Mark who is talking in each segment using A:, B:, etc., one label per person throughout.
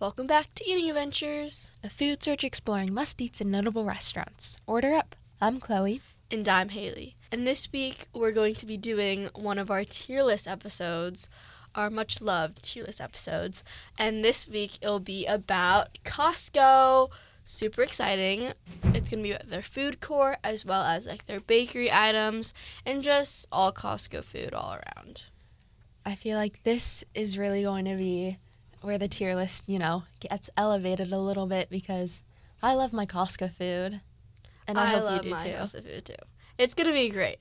A: Welcome back to Eating Adventures.
B: A food search exploring must eats and notable restaurants. Order up. I'm Chloe.
A: And I'm Haley. And this week we're going to be doing one of our tier list episodes, our much loved tier list episodes. And this week it'll be about Costco. Super exciting. It's going to be about their food court as well as like their bakery items and just all Costco food all around.
B: I feel like this is really going to be where the tier list, you know, gets elevated a little bit because I love my Costco food. And I, hope
A: love
B: you do
A: my
B: too.
A: House of Food too. It's gonna be great.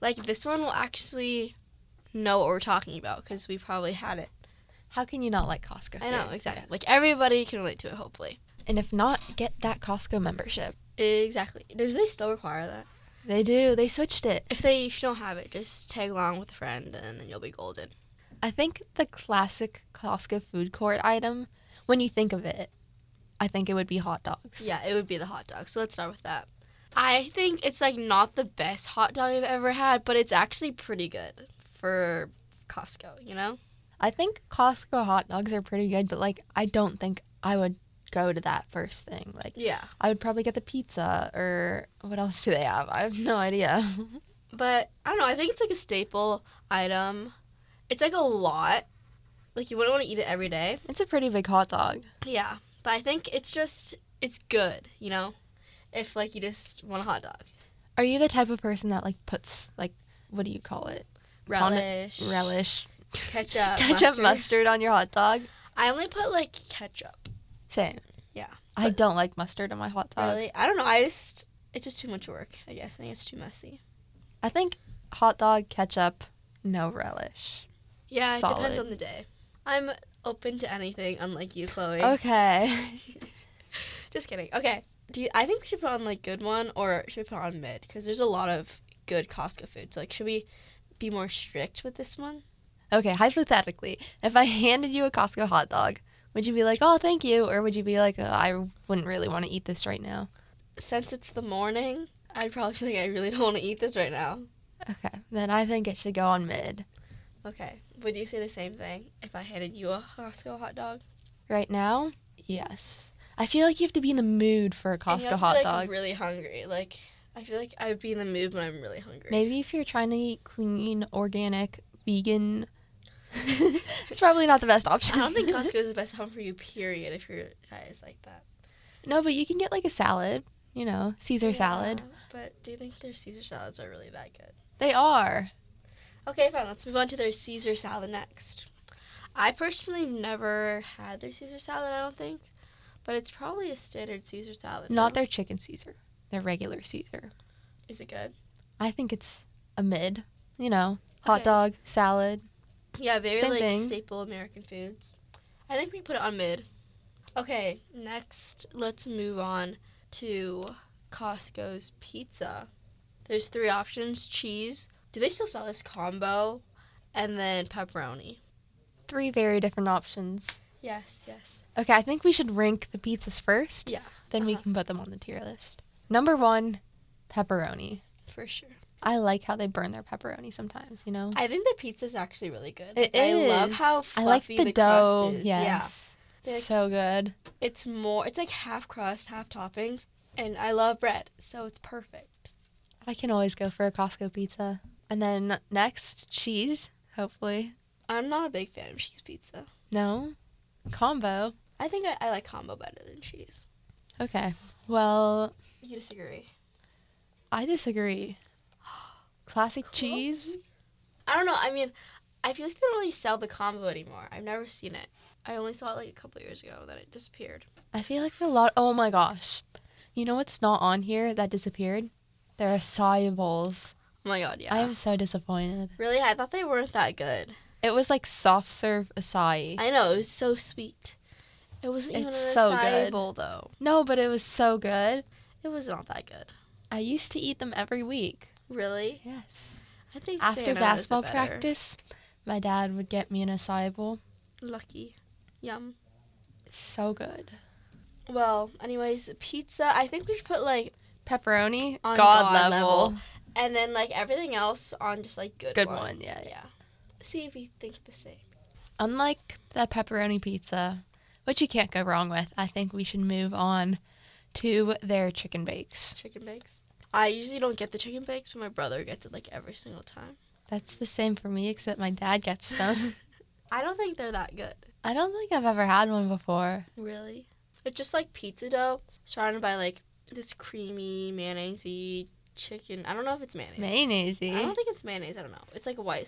A: Like this one will actually know what we're talking about because we probably had it.
B: How can you not like Costco food?
A: I know exactly. Like everybody can relate to it. Hopefully,
B: And if not, get that Costco membership.
A: exactly. Do they still require that?
B: They do. They switched it.
A: If they if you don't have it, just tag along with a friend and then you'll be golden.
B: I think the classic Costco food court item, when you think of it, I think it would be hot dogs.
A: Yeah, it would be the hot dog. So let's start with that. I think it's like not the best hot dog I've ever had, but it's actually pretty good for Costco. You know?
B: I think Costco hot dogs are pretty good, but like I don't think I would go to that first thing. Like
A: Yeah.
B: I would probably get the pizza or what else do they have? I have no idea.
A: But I don't know. I think it's like a staple item. It's like a lot. Like you wouldn't want to eat it every day.
B: it's a pretty big hot dog.
A: Yeah. But I think it's just it's good, you know. If like you just want a hot dog,
B: Are you the type of person that like puts like what do you call it? Fond-
A: relish,
B: Relish.
A: ketchup,
B: Ketchup mustard. on your hot dog?
A: I only put like ketchup.
B: Same.
A: Yeah,
B: I don't like mustard on my hot dog.
A: really. I don't know. I just it's just too much work. I guess I think it's too messy.
B: I think hot dog, ketchup, no relish.
A: Yeah, it depends
B: Solid.
A: on the day. I'm open to anything, unlike you, Chloe.
B: Oh. Okay.
A: Just kidding. Okay. Do you, I think we should put on like good one or should we put on mid? Because there's a lot of good Costco food. So like, should we be more strict with this one?
B: okay, hypothetically, if I handed you a Costco hot dog, would you be like, "Oh, thank you," or would you be like, oh, "I wouldn't really want to eat this right now"?
A: Since it's the morning, I'd probably feel like I really don't want to eat this right now.
B: Okay, then I think it should go on mid.
A: Okay. Would you say the same thing if I handed you a Costco hot dog?
B: Right now, yes. I feel like you have to be in the mood for a
A: And you
B: Costco
A: also,
B: hot
A: like,
B: dog.
A: Really hungry. Like I feel like I would be in the mood when I'm really hungry.
B: Maybe if you're trying to eat clean, organic, vegan, it's probably not the best option.
A: I don't think Costco is the best home for you. Period. If your diet is like that.
B: no, but you can get like a salad. You know, Caesar salad.
A: Yeah, But do you think their Caesar salads are really that good?
B: They are.
A: Okay, fine. Let's move on to their Caesar salad next. I personally have never had their Caesar salad, I don't think, but it's probably a standard Caesar salad.
B: Not
A: no?
B: their chicken Caesar, their regular Caesar.
A: Is it good?
B: I think it's a mid, you know, hot
A: Okay.
B: dog, salad.
A: Yeah, very
B: Same
A: like
B: thing.
A: staple American foods. I think we put it on mid. Okay, next let's move on to Costco's pizza. There's three options: cheese. Do they still sell this combo? And then pepperoni.
B: Three very different options.
A: Yes, yes.
B: Okay, I think we should rank the pizzas first.
A: Yeah.
B: Then we
A: Uh-huh.
B: can put them on the tier list. Number one, pepperoni.
A: For sure.
B: I like how they burn their pepperoni sometimes, you know?
A: I think the pizza's actually really good.
B: It
A: Like, I love
B: is.
A: how
B: I
A: fluffy
B: like
A: the,
B: dough.
A: crust is.
B: Yes.
A: They're like-
B: So good.
A: Yeah. It's more it's like half crust, half toppings, and I love bread, so it's perfect.
B: I can always go for a Costco pizza. And then next, cheese, hopefully.
A: I'm not a big fan of cheese pizza.
B: No? Combo.
A: I think I, I like combo better than cheese.
B: Okay. Well,
A: You disagree.
B: I disagree. Classic cheese.
A: I don't know, I mean I feel like they don't really sell the combo anymore. I've never seen it. I only saw it like a couple years ago, then it disappeared.
B: I feel like a lot. Oh my gosh. You know what's not on here that disappeared? There are solubles.
A: Oh my god, yeah.
B: I am so disappointed.
A: really I thought they weren't that good.
B: It was like soft serve acai.
A: I know, it was so sweet. It wasn't even
B: It's
A: an
B: so
A: acai
B: good.
A: bowl though.
B: No, but it was so good.
A: It was not that good.
B: I used to eat them every week.
A: Really?
B: Yes.
A: I think
B: After
A: Santa was
B: basketball
A: better.
B: practice, my dad would get me an acai bowl.
A: Lucky. Yum.
B: So good.
A: Well, anyways, pizza. I think we should put like
B: Pepperoni,
A: on God
B: god, level.
A: level. and then like everything else on just like good.
B: Good one, yeah,
A: Yeah. See if we think the same.
B: Unlike the pepperoni pizza, which you can't go wrong with. I think we should move on to their chicken bakes.
A: Chicken bakes. I usually don't get the chicken bakes, but my brother gets it like every single time.
B: That's the same for me, except my dad gets them.
A: I don't think they're that good.
B: I don't think I've ever had one before.
A: Really? It's just like pizza dough surrounded by like this creamy mayonnaisey chicken. I don't know if it's mayonnaise.
B: Mayonnaise.
A: I don't think it's mayonnaise. I don't know. It's like a white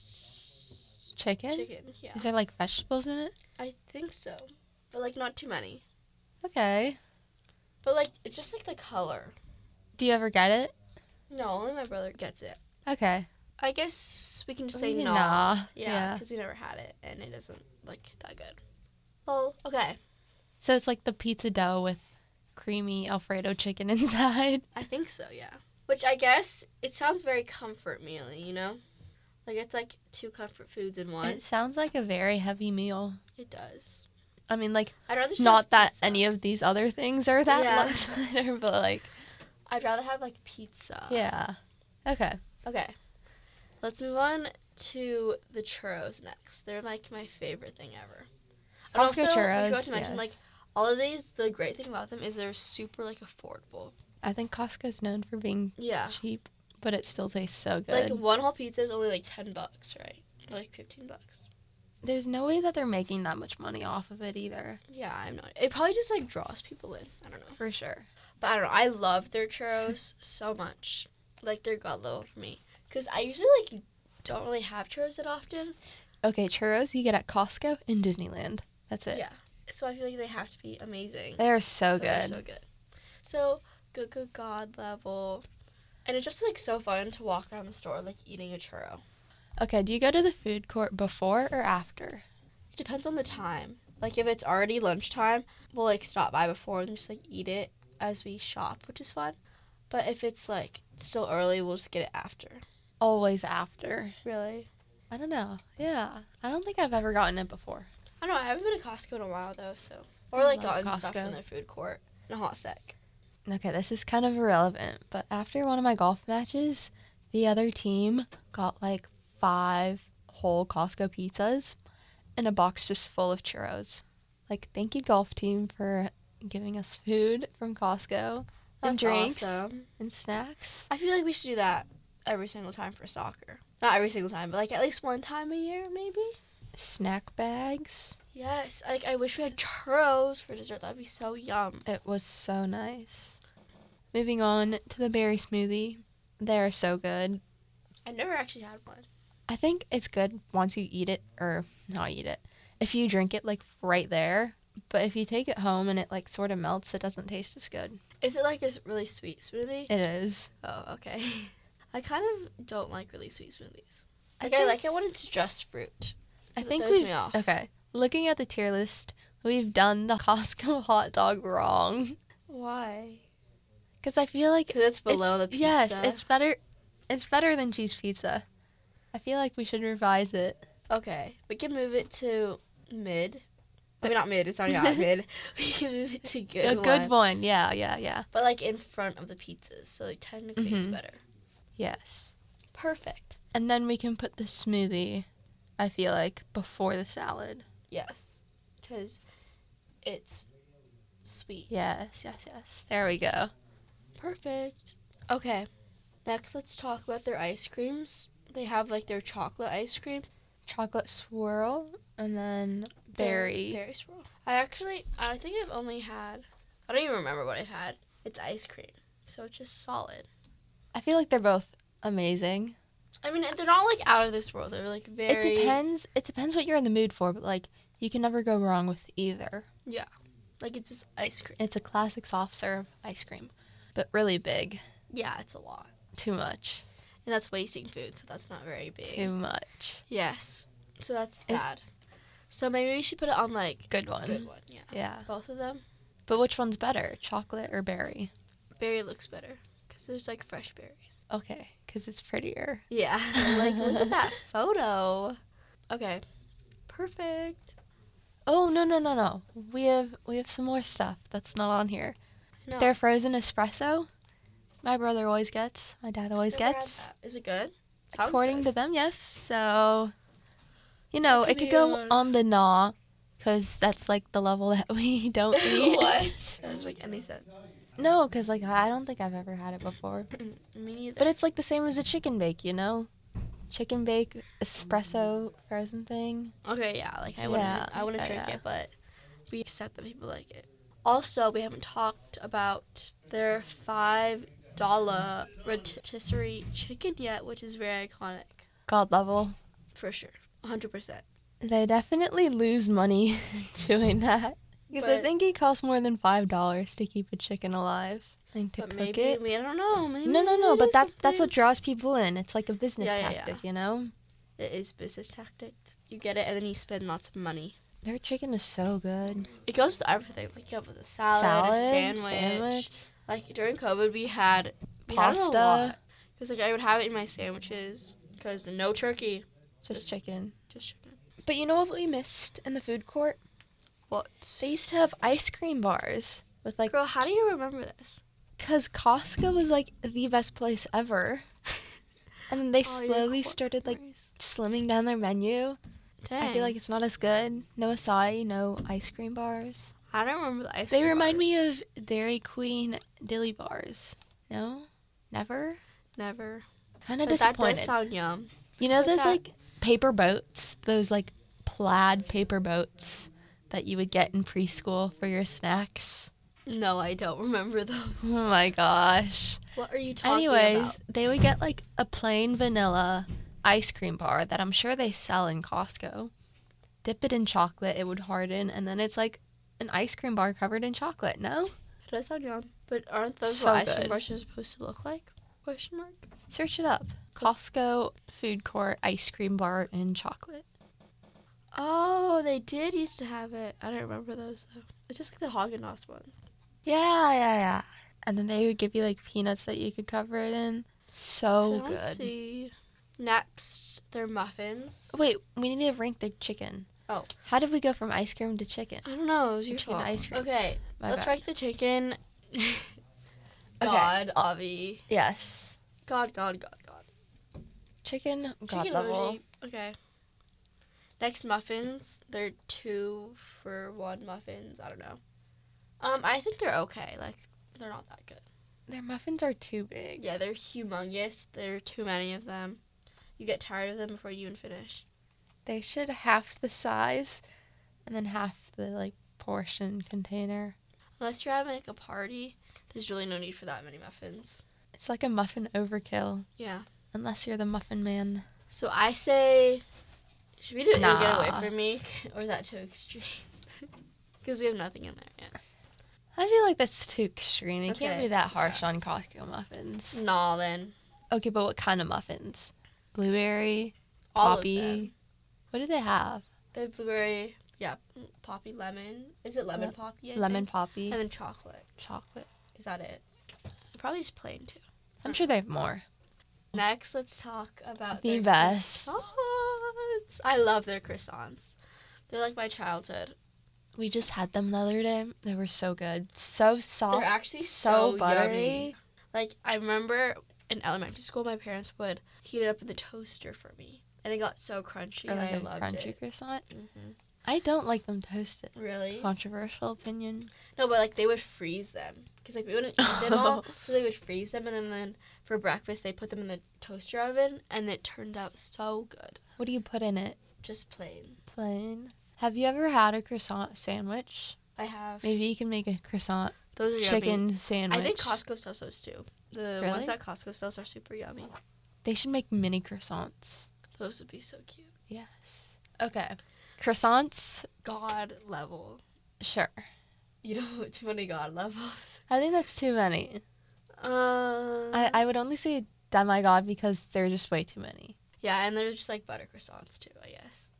A: sauce
B: Chicken?
A: chicken. Yeah,
B: Is there like vegetables in it?
A: I think so, but like not too many.
B: Okay.
A: But like it's just like the color.
B: Do you ever get it?
A: No, only my brother gets it.
B: Okay.
A: I guess we can just say
B: Yeah,
A: no.
B: nah.
A: Yeah, because we never had it, and it isn't like that good. Well, okay.
B: So it's like the pizza dough with creamy Alfredo chicken inside.
A: I think so. Yeah. Which I guess it sounds very comfort mealy, you know, like it's like two comfort foods in one.
B: It sounds like a very heavy meal.
A: It does.
B: I mean, like,
A: I'd rather just
B: not
A: have
B: that
A: pizza.
B: any of these other things are that
A: Yeah.
B: much lighter, but like,
A: I'd rather have like pizza.
B: yeah. Okay.
A: Okay. Let's move on to the churros next. They're like my favorite thing ever. And
B: Costco
A: also, I
B: churros,
A: forgot to mention, like
B: yes.
A: all of these, the great thing about them is they're super like affordable.
B: I think Costco's known for being
A: Yeah.
B: cheap, but it still tastes so
A: Like
B: good.
A: one whole pizza is only like ten bucks, right? Or, Like fifteen bucks.
B: There's no way that they're making that much money off of it either,
A: Yeah, I'm not. It probably just like draws people in. I don't know.
B: for sure.
A: But I don't know. I love their churros so much. Like they're god level for me. Cause I usually like don't really have churros that often.
B: Okay, churros you get at Costco in Disneyland. That's it.
A: Yeah. So I feel like they have to be amazing.
B: They are so,
A: they're
B: good.
A: So good. So good, good God level. And it's just like so fun to walk around the store like eating a churro.
B: okay, do you go to the food court before or after?
A: It depends on the time. Like if it's already lunchtime, we'll like stop by before and just like eat it as we shop, which is fun. But if it's like still early, we'll just get it after.
B: Always after.
A: Really?
B: I don't know. Yeah. I don't think I've ever gotten it before.
A: I don't know. I haven't been to Costco in a while though, so or
B: I
A: like
B: love
A: gotten stuff
B: Costco.
A: from their food court in a hot sec.
B: Okay, this is kind of irrelevant, but after one of my golf matches, the other team got like five whole Costco pizzas and a box just full of churros. Like, thank you, golf team, for giving us food from Costco and
A: That's
B: drinks
A: awesome.
B: and snacks.
A: I feel like we should do that every single time for soccer. Not every single time, but like at least one time a year, maybe.
B: Snack bags.
A: Yes, like I wish we had churros for dessert. That'd be so yum.
B: It was so nice. Moving on to the berry smoothie. They are so good.
A: I never actually had one.
B: I think it's good once you eat it or not eat it. If you drink it like right there, but if you take it home and it like sort of melts, it doesn't taste as good.
A: Is it like a s- really sweet smoothie?
B: It is.
A: Oh, okay. I kind of don't like really sweet smoothies.
B: I
A: Like I,
B: think-
A: like it when it's just fruit.
B: I
A: 'cause it
B: think
A: throws
B: we've
A: me off.
B: okay. Looking at the tier list, we've done the Costco hot dog wrong
A: Why?
B: because I feel like
A: Because it's below
B: it's-
A: the pizza.
B: Yes, it's better. It's better than cheese pizza. I feel like we should revise it.
A: okay. We can move it to mid. I mean, not mid. It's already not mid. We can move it to good.
B: A good
A: one.
B: one. Yeah, yeah, yeah.
A: But like in front of the pizzas, so like, technically it's
B: Mhm.
A: better.
B: Yes.
A: Perfect.
B: And then we can put the smoothie, I feel like, before the salad.
A: Yes, because it's sweet.
B: Yes, yes, yes. There we go.
A: Perfect. Okay. Next, let's talk about their ice creams. They have like their chocolate ice cream,
B: Chocolate swirl and then
A: They're
B: berry.
A: berry swirl. I actually, I think I've only had. I don't even remember what I've had. It's ice cream, so it's just solid.
B: I feel like they're both amazing.
A: I mean, they're not like out of this world. They're like very.
B: It depends. It depends what you're in the mood for, but like you can never go wrong with either.
A: Like it's just ice cream.
B: It's a classic soft serve ice cream, but really big.
A: Yeah, it's a lot,
B: Too much.
A: and that's wasting food, so that's not very big.
B: Too much.
A: Yes, so that's
B: Is-
A: bad. So maybe we should put it on like
B: Good one.
A: good one. Yeah,
B: Yeah.
A: both of them.
B: But which one's better, chocolate or berry?
A: Berry looks better because there's like fresh berries.
B: Okay, because it's prettier.
A: Yeah. like, look at that photo. Okay. Perfect.
B: Oh no no no no! We have we have some more stuff that's not on here.
A: No,
B: Their frozen espresso. My brother always gets. My dad always
A: never had
B: gets.
A: that. Is it good?
B: According to them, yes. So, you know,
A: That
B: it
A: could
B: could
A: be
B: go
A: on-
B: on the gnaw because that's like the level that we don't eat.
A: what? That doesn't make any sense.
B: No, because like I don't think I've ever had it before.
A: Me neither.
B: But it's like the same as a chicken bake, you know? Chicken bake, espresso, frozen thing.
A: Okay, yeah, like I wouldn't,
B: Yeah,
A: I wouldn't
B: yeah,
A: drink
B: yeah.
A: it, but we accept that people like it. Also, we haven't talked about their five dollar rotisserie chicken yet, which is very iconic
B: God level.
A: for sure, hundred percent.
B: They definitely lose money doing that. Because I
A: But-
B: think it costs more than five dollars to keep a chicken alive and to
A: But
B: cook
A: maybe
B: it.
A: we, I don't know. Maybe
B: No, no, no.
A: it
B: But
A: is
B: that that's what
A: something-
B: draws people in. It's like a business
A: Yeah, yeah, yeah.
B: tactic, you know.
A: it is business tactic. You get it, and then you spend lots of money.
B: Their chicken is so good.
A: It goes with everything. Like you have with a salad, a sandwich. Like during COVID, we had
B: Pasta.
A: Because like I would have it in my sandwiches. Because no turkey,
B: just chicken.
A: just chicken.
B: But you know what we missed in the food court?
A: What?
B: They used to have ice cream bars with like
A: Girl, how do you remember this?
B: Because Costco was like the best place ever. And then they
A: Oh, your
B: slowly
A: core
B: started like
A: memories.
B: slimming down their menu.
A: Dang.
B: I feel like it's not as good. No acai, no ice cream bars.
A: I don't remember the ice.
B: They remind me of Dairy Queen dilly bars. No? Never?
A: never.
B: Kind of
A: But that
B: disappointed.
A: does sound yum.
B: you know
A: but
B: those
A: that-
B: like paper boats? Those like plaid paper boats that you would get in preschool for your snacks?
A: No, I don't remember those.
B: Oh my gosh.
A: What are you talking
B: Anyways, they would get like a plain vanilla ice cream bar that I'm sure they sell in Costco. Dip it in chocolate, it would harden, and then it's like an ice cream bar covered in chocolate, no?
A: about? That does sound yum. But aren't those
B: So
A: what ice
B: good.
A: cream bars are supposed to look like? Question mark.
B: Search it up. Costco food court ice cream bar in chocolate.
A: Oh, they did used to have it. I don't remember those though. It's just like the Haagen Dazs ones.
B: Yeah, yeah, yeah. And then they would give you like peanuts that you could cover it in. So Oh, good.
A: Fancy. Next, their muffins.
B: Wait, we need to rank the chicken.
A: Oh.
B: How did we go from ice cream to chicken?
A: I don't know. It was your
B: Chicken
A: fault.
B: ice cream.
A: Okay,
B: My
A: let's
B: bad.
A: rank the chicken. God, Avi.
B: Yes.
A: God, God, God, God.
B: Chicken, god
A: Chicken
B: level.
A: emoji. Okay. Next muffins. They're two for one muffins. I don't know. Um, I think they're okay. Like they're not that good.
B: Their muffins are too big.
A: Yeah, they're humongous. There are too many of them. You get tired of them before you even finish.
B: They should half the size and then half the like portion container.
A: Unless you're having like a party, there's really no need for that many muffins.
B: It's like a muffin overkill,
A: Yeah.
B: unless you're the muffin man.
A: So I say, should we do nah. get
B: Nah.
A: away from me, or is that too extreme? Because we have nothing in there yet.
B: I feel like that's too extreme. You can't
A: Okay.
B: be that harsh on Costco muffins.
A: Nah, then
B: Okay, but what kind of muffins? Blueberry,
A: All of
B: poppy.
A: them.
B: What do they have?
A: The blueberry, yeah, mm, poppy lemon. Is it lemon
B: Le-
A: poppy? I
B: Lemon
A: think?
B: poppy,
A: And then chocolate.
B: chocolate.
A: Is that it? Probably just plain too.
B: I'm sure they have more.
A: Next, let's talk about
B: The
A: their
B: best.
A: croissants. I love their croissants. They're like my childhood.
B: We just had them the other day. They were so good. So soft.
A: actually so yummy. Like I remember in elementary school, my parents would heat it up in the toaster for me, and it got so crunchy.
B: Or like
A: and I
B: a
A: loved
B: crunchy
A: it.
B: croissant.
A: hmm
B: I don't like them toasted.
A: Really?
B: Controversial opinion.
A: No, but like they would freeze them because like we wouldn't eat them all, so they would freeze them, and then, then for breakfast they put them in the toaster oven, and it turned out so good,
B: What do you put in it?
A: just plain.
B: Plain. Have you ever had a croissant sandwich?
A: I have
B: Maybe you can make a croissant
A: those are
B: chicken
A: Yummy.
B: sandwich.
A: I think Costco sells those too. The
B: Really?
A: ones that Costco sells are super yummy.
B: they should make mini croissants.
A: Those would be so cute.
B: Yes. Okay. Croissants,
A: God level.
B: sure.
A: You don't want too many God levels.
B: I think that's too many.
A: Um,
B: I, I would only say demigod because there are just way too many.
A: yeah, and they're just like butter croissants too, I guess.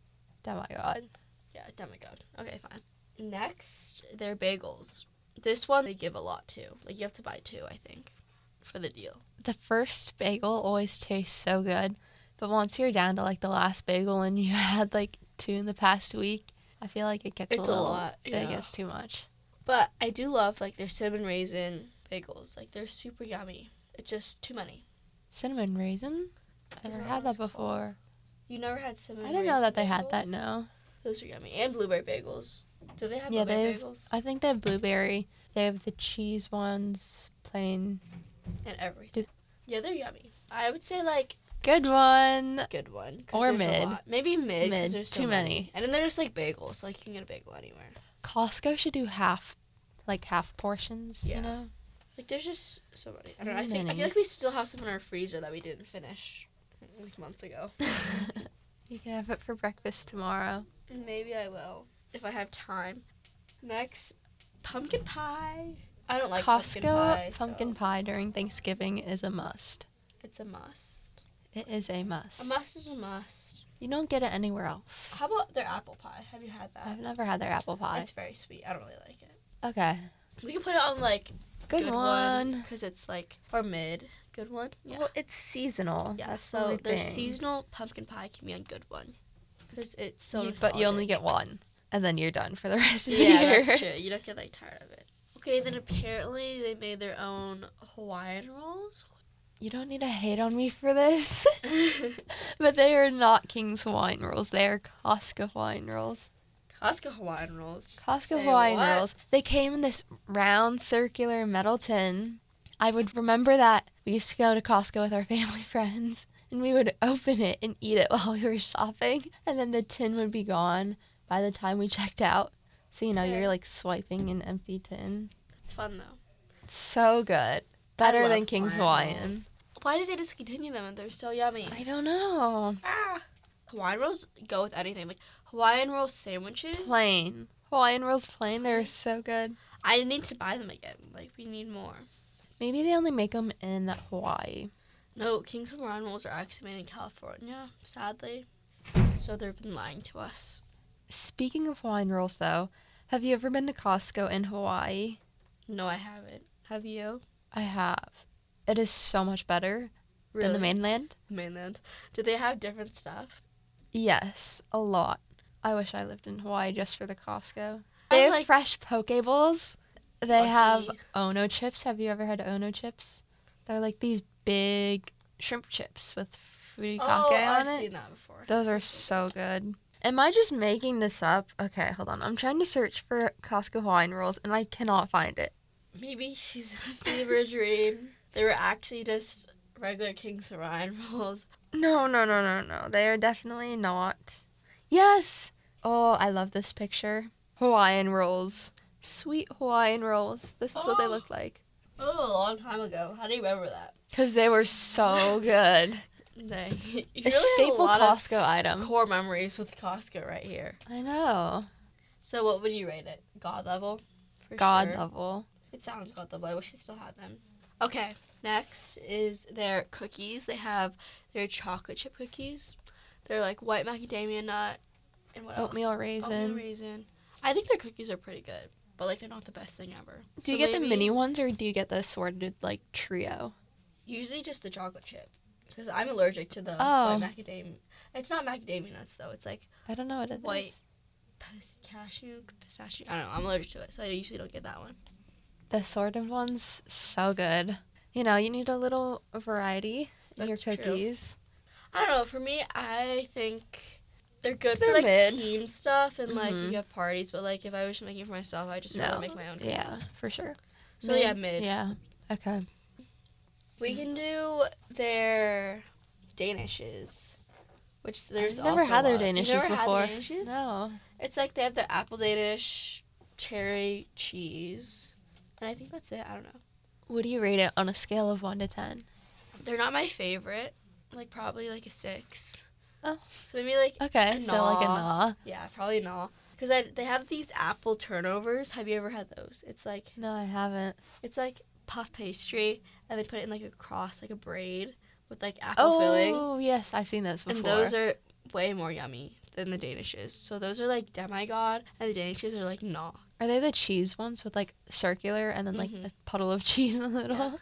B: Demigod.
A: Yeah, demigod. Okay, fine. Next, they're bagels. This one they give a lot too. Like you have to buy two, I think, for the deal.
B: The first bagel always tastes so good, but once you're down to like the last bagel and you had like two in the past week, I feel like it gets
A: It's a
B: a, little,
A: lot,
B: It
A: yeah.
B: gets too much.
A: But I do love like their cinnamon raisin bagels. Like they're super yummy. It's just too many.
B: Cinnamon raisin?
A: Is
B: Never
A: that
B: had
A: what
B: that
A: it's called?
B: before.
A: You never had cinnamon.
B: I didn't know
A: raisin
B: that they had that.
A: bagels?
B: No,
A: Those are yummy. And blueberry bagels. Do they have
B: Yeah,
A: blueberry
B: they've-
A: bagels?
B: I think they have blueberry. They have the cheese ones, plain.
A: And everything. Yeah, they're yummy. I would say like
B: Good one.
A: good one. 'cause
B: Or
A: there's a
B: mid.
A: lot. Maybe mid. 'cause
B: Mid.
A: There's so
B: Too many.
A: And then they're just like bagels. Like you can get a bagel anywhere.
B: Costco should do half, like half portions,
A: Yeah.
B: you know?
A: Like there's just so many. I
B: So
A: don't know. I think I
B: many.
A: feel like we still have some in our freezer that we didn't finish like months ago.
B: you can have it for breakfast tomorrow.
A: Maybe I will if I have time. Next, pumpkin pie. I don't like
B: Costco
A: pumpkin pie. so
B: during Thanksgiving is a must.
A: It's a must.
B: It is a
A: A
B: must.
A: must is a must.
B: You don't get it anywhere else.
A: How about their apple pie? Have you had that?
B: I've never had their apple pie.
A: It's very sweet. I don't really like it.
B: okay.
A: We can put it on like
B: Good, one.
A: because it's like or mid good one. Yeah.
B: Well, it's seasonal.
A: yeah.
B: That's the
A: so
B: only
A: their
B: thing.
A: seasonal pumpkin pie can be on good one because it's so.
B: You- but you only
A: nostalgic.
B: get one, and then you're done for the rest of the
A: Yeah,
B: year.
A: that's true. You don't get like tired of it. Okay, then apparently they made their own Hawaiian rolls.
B: You don't need to hate on me for this, but they are not King's Hawaiian rolls. They are Costco Hawaiian rolls.
A: Costco Hawaiian rolls.
B: Costco
A: Say
B: Hawaiian
A: what?
B: rolls. They came in this round circular metal tin. I would remember that we used to go to Costco with our family friends and we would open it and eat it while we were shopping and then the tin would be gone by the time we checked out. So you know,
A: Yeah.
B: you're like swiping an empty tin.
A: It's fun though.
B: So
A: I
B: good. Better
A: love
B: than King's Hawaiian.
A: rolls. Why did they discontinue them? They're so yummy.
B: I don't know.
A: Ah. Hawaiian rolls go with anything. Like Hawaiian roll sandwiches.
B: Plain. Hawaiian rolls plain, they're so good.
A: I need to buy them again. Like we need more.
B: Maybe they only make them in Hawaii.
A: No, King's Hawaiian rolls are actually made in California, sadly. So they've been lying to us.
B: Speaking of Hawaiian rolls, though, have you ever been to Costco in Hawaii?
A: No, I haven't. Have you?
B: I have. It is so much better than the mainland.
A: mainland. Do they have different stuff?
B: Yes, a lot. I wish I lived in Hawaii just for the Costco.
A: I
B: They have
A: like-
B: fresh poke bowls. They have
A: Lucky.
B: Ono chips. Have you ever had Ono chips? They're like these big shrimp chips with furikake
A: oh, I've
B: on it.
A: seen that before.
B: Those are so good. Am I just making this up? Okay, hold on. I'm trying to search for Costco Hawaiian rolls and I cannot find it.
A: Maybe she's in a fever dream. They were actually just regular King's Hawaiian rolls.
B: No, no, no, no, no. They are definitely not. Yes. Oh, I love this picture. Hawaiian rolls. Sweet Hawaiian rolls. This is what they
A: Oh.
B: look like.
A: Oh, a long time ago. How do you remember that?
B: Because they were so good.
A: Dang. You
B: a
A: really have
B: staple
A: lot of
B: Costco item.
A: core memories with Costco right here.
B: I know.
A: So what would you rate it? God level? For
B: God
A: sure.
B: level.
A: It sounds God level. I wish they still had them. Okay. Next is their cookies. They have their chocolate chip cookies. They're like white macadamia nut and what
B: Oatmeal
A: else?
B: raisin.
A: Oatmeal raisin. I think their cookies are pretty good, but like they're not the best thing ever.
B: Do you
A: So
B: get the
A: maybe-
B: mini ones or do you get the sorted like trio?
A: Usually just the chocolate chip, because I'm allergic to the
B: Oh.
A: white macadamia. It's not macadamia nuts though. It's like
B: I don't know what it is.
A: White. pistachio, pistachio. I don't know. I'm allergic to it, so I usually don't get that one.
B: The sorted ones, so good. You know, you need a little variety in your
A: That's true.
B: cookies.
A: I don't know. For me, I think they're good
B: They're
A: for like
B: mid.
A: team stuff and like
B: Mhm.
A: you have parties. But like if I was making for myself, I just
B: No.
A: would make my own.
B: Yeah,
A: cookies.
B: for sure.
A: So yeah, mid.
B: Yeah. Okay.
A: We can do their Danishes, which there's
B: I've never
A: also
B: had
A: a
B: their
A: lot. You've
B: Danishes
A: never had
B: before.
A: their Danishes?
B: No.
A: It's like they have the apple Danish, cherry cheese, and I think that's it. I don't know.
B: Would you rate it on a scale of one to ten?
A: They're not my favorite. Like probably like a six.
B: Oh.
A: So maybe like
B: Okay,
A: A
B: so like a
A: gnaw.
B: nah.
A: yeah, probably not. Cause I, they have these apple turnovers. Have you ever had those? It's like
B: No, I haven't.
A: it's like puff pastry, and they put it in like a cross, like a braid with like apple filling.
B: Oh yes, I've seen those before.
A: And those are way more yummy than the Danishes. So those are like demigod, and the Danishes are like nah.
B: Are they the cheese ones with like circular and then like
A: Mhm.
B: a puddle of cheese in the middle?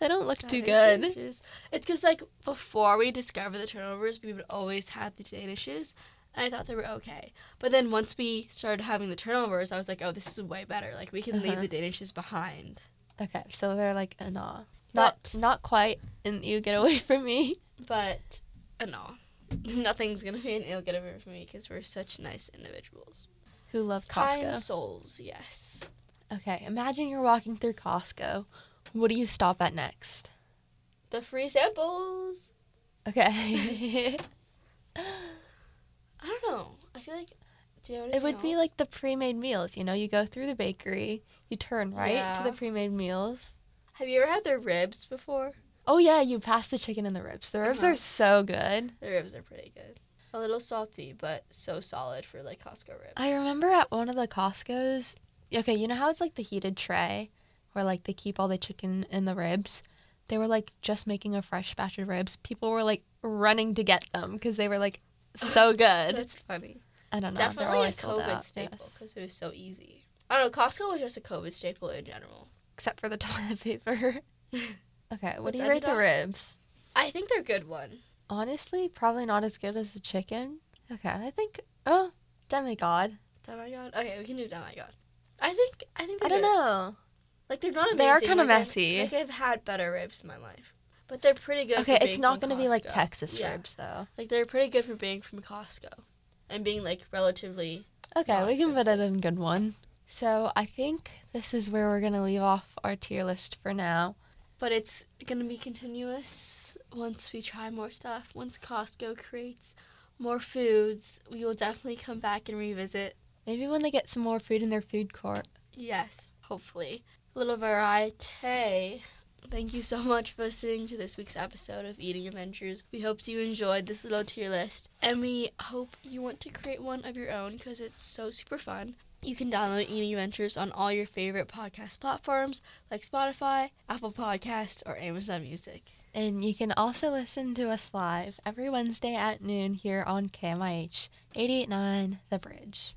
B: they don't look too
A: Danish
B: good.
A: Danishes. It's because like before we discovered the turnovers, we would always have the Danishes, and I thought they were okay. But then once we started having the turnovers, I was like, oh, this is way better. Like we can leave
B: Uh-huh.
A: the Danishes behind.
B: Okay, so they're like a nah. Not
A: But-
B: not quite and you get away from me.
A: But uh, no, Nothing's gonna be an ill get over for me because we're such nice individuals.
B: Who love
A: Kind
B: Costco?
A: souls, yes.
B: Okay, imagine you're walking through Costco. What do you stop at next?
A: The free samples.
B: Okay.
A: I don't know. I feel like. Do you have
B: it
A: anything
B: would be
A: else?
B: like the pre-made meals, you know, you go through the bakery, you turn right to
A: Yeah.
B: the pre-made meals.
A: Have you ever had their ribs before?
B: Oh yeah, you pass the chicken and the ribs. The ribs
A: Uh-huh.
B: are so good.
A: The ribs are pretty good. A little salty, but so solid for like Costco ribs.
B: I remember at one of the Costco's. Okay, you know how it's like the heated tray where like they keep all the chicken and the ribs? They were like just making a fresh batch of ribs. People were like running to get them because they were like so good.
A: That's funny.
B: I don't know. they're
A: Definitely a
B: always sold
A: COVID
B: out,
A: staple because
B: yes.
A: it was so easy. I don't know. Costco was just a COVID staple in general.
B: Except for the toilet paper. okay, what
A: Let's
B: do
A: end
B: you rate
A: it
B: the
A: off.
B: ribs?
A: I think they're a good one.
B: Honestly, probably not as good as the chicken. Okay, I think. Oh, demigod.
A: Demigod. Okay, we can do demigod. I think. I think.
B: I
A: they're
B: don't
A: good.
B: know.
A: Like they're not. Amazing.
B: They are kinda
A: Like, I've-
B: messy.
A: Like I've had better ribs in my life, but they're pretty good.
B: Okay,
A: for
B: it's
A: being
B: not
A: from
B: going to be like
A: Costco.
B: Texas
A: Yeah.
B: ribs though.
A: Like they're pretty good for being from Costco, and being like relatively.
B: Okay,
A: not
B: we can put it in good one. So I think this is where we're gonna leave off our tier list for now.
A: But it's gonna be continuous once we try more stuff. Once Costco creates more foods, we will definitely come back and revisit.
B: Maybe when they get some more food in their food court.
A: Yes, hopefully. A little variety. Thank you so much for listening to this week's episode of Eating Adventures. We hope you enjoyed this little tier list, and we hope you want to create one of your own because it's so super fun. You can download Eating Adventures on all your favorite podcast platforms like Spotify, Apple Podcast, or Amazon Music.
B: And you can also listen to us live every Wednesday at noon here on KMIH 889 The Bridge.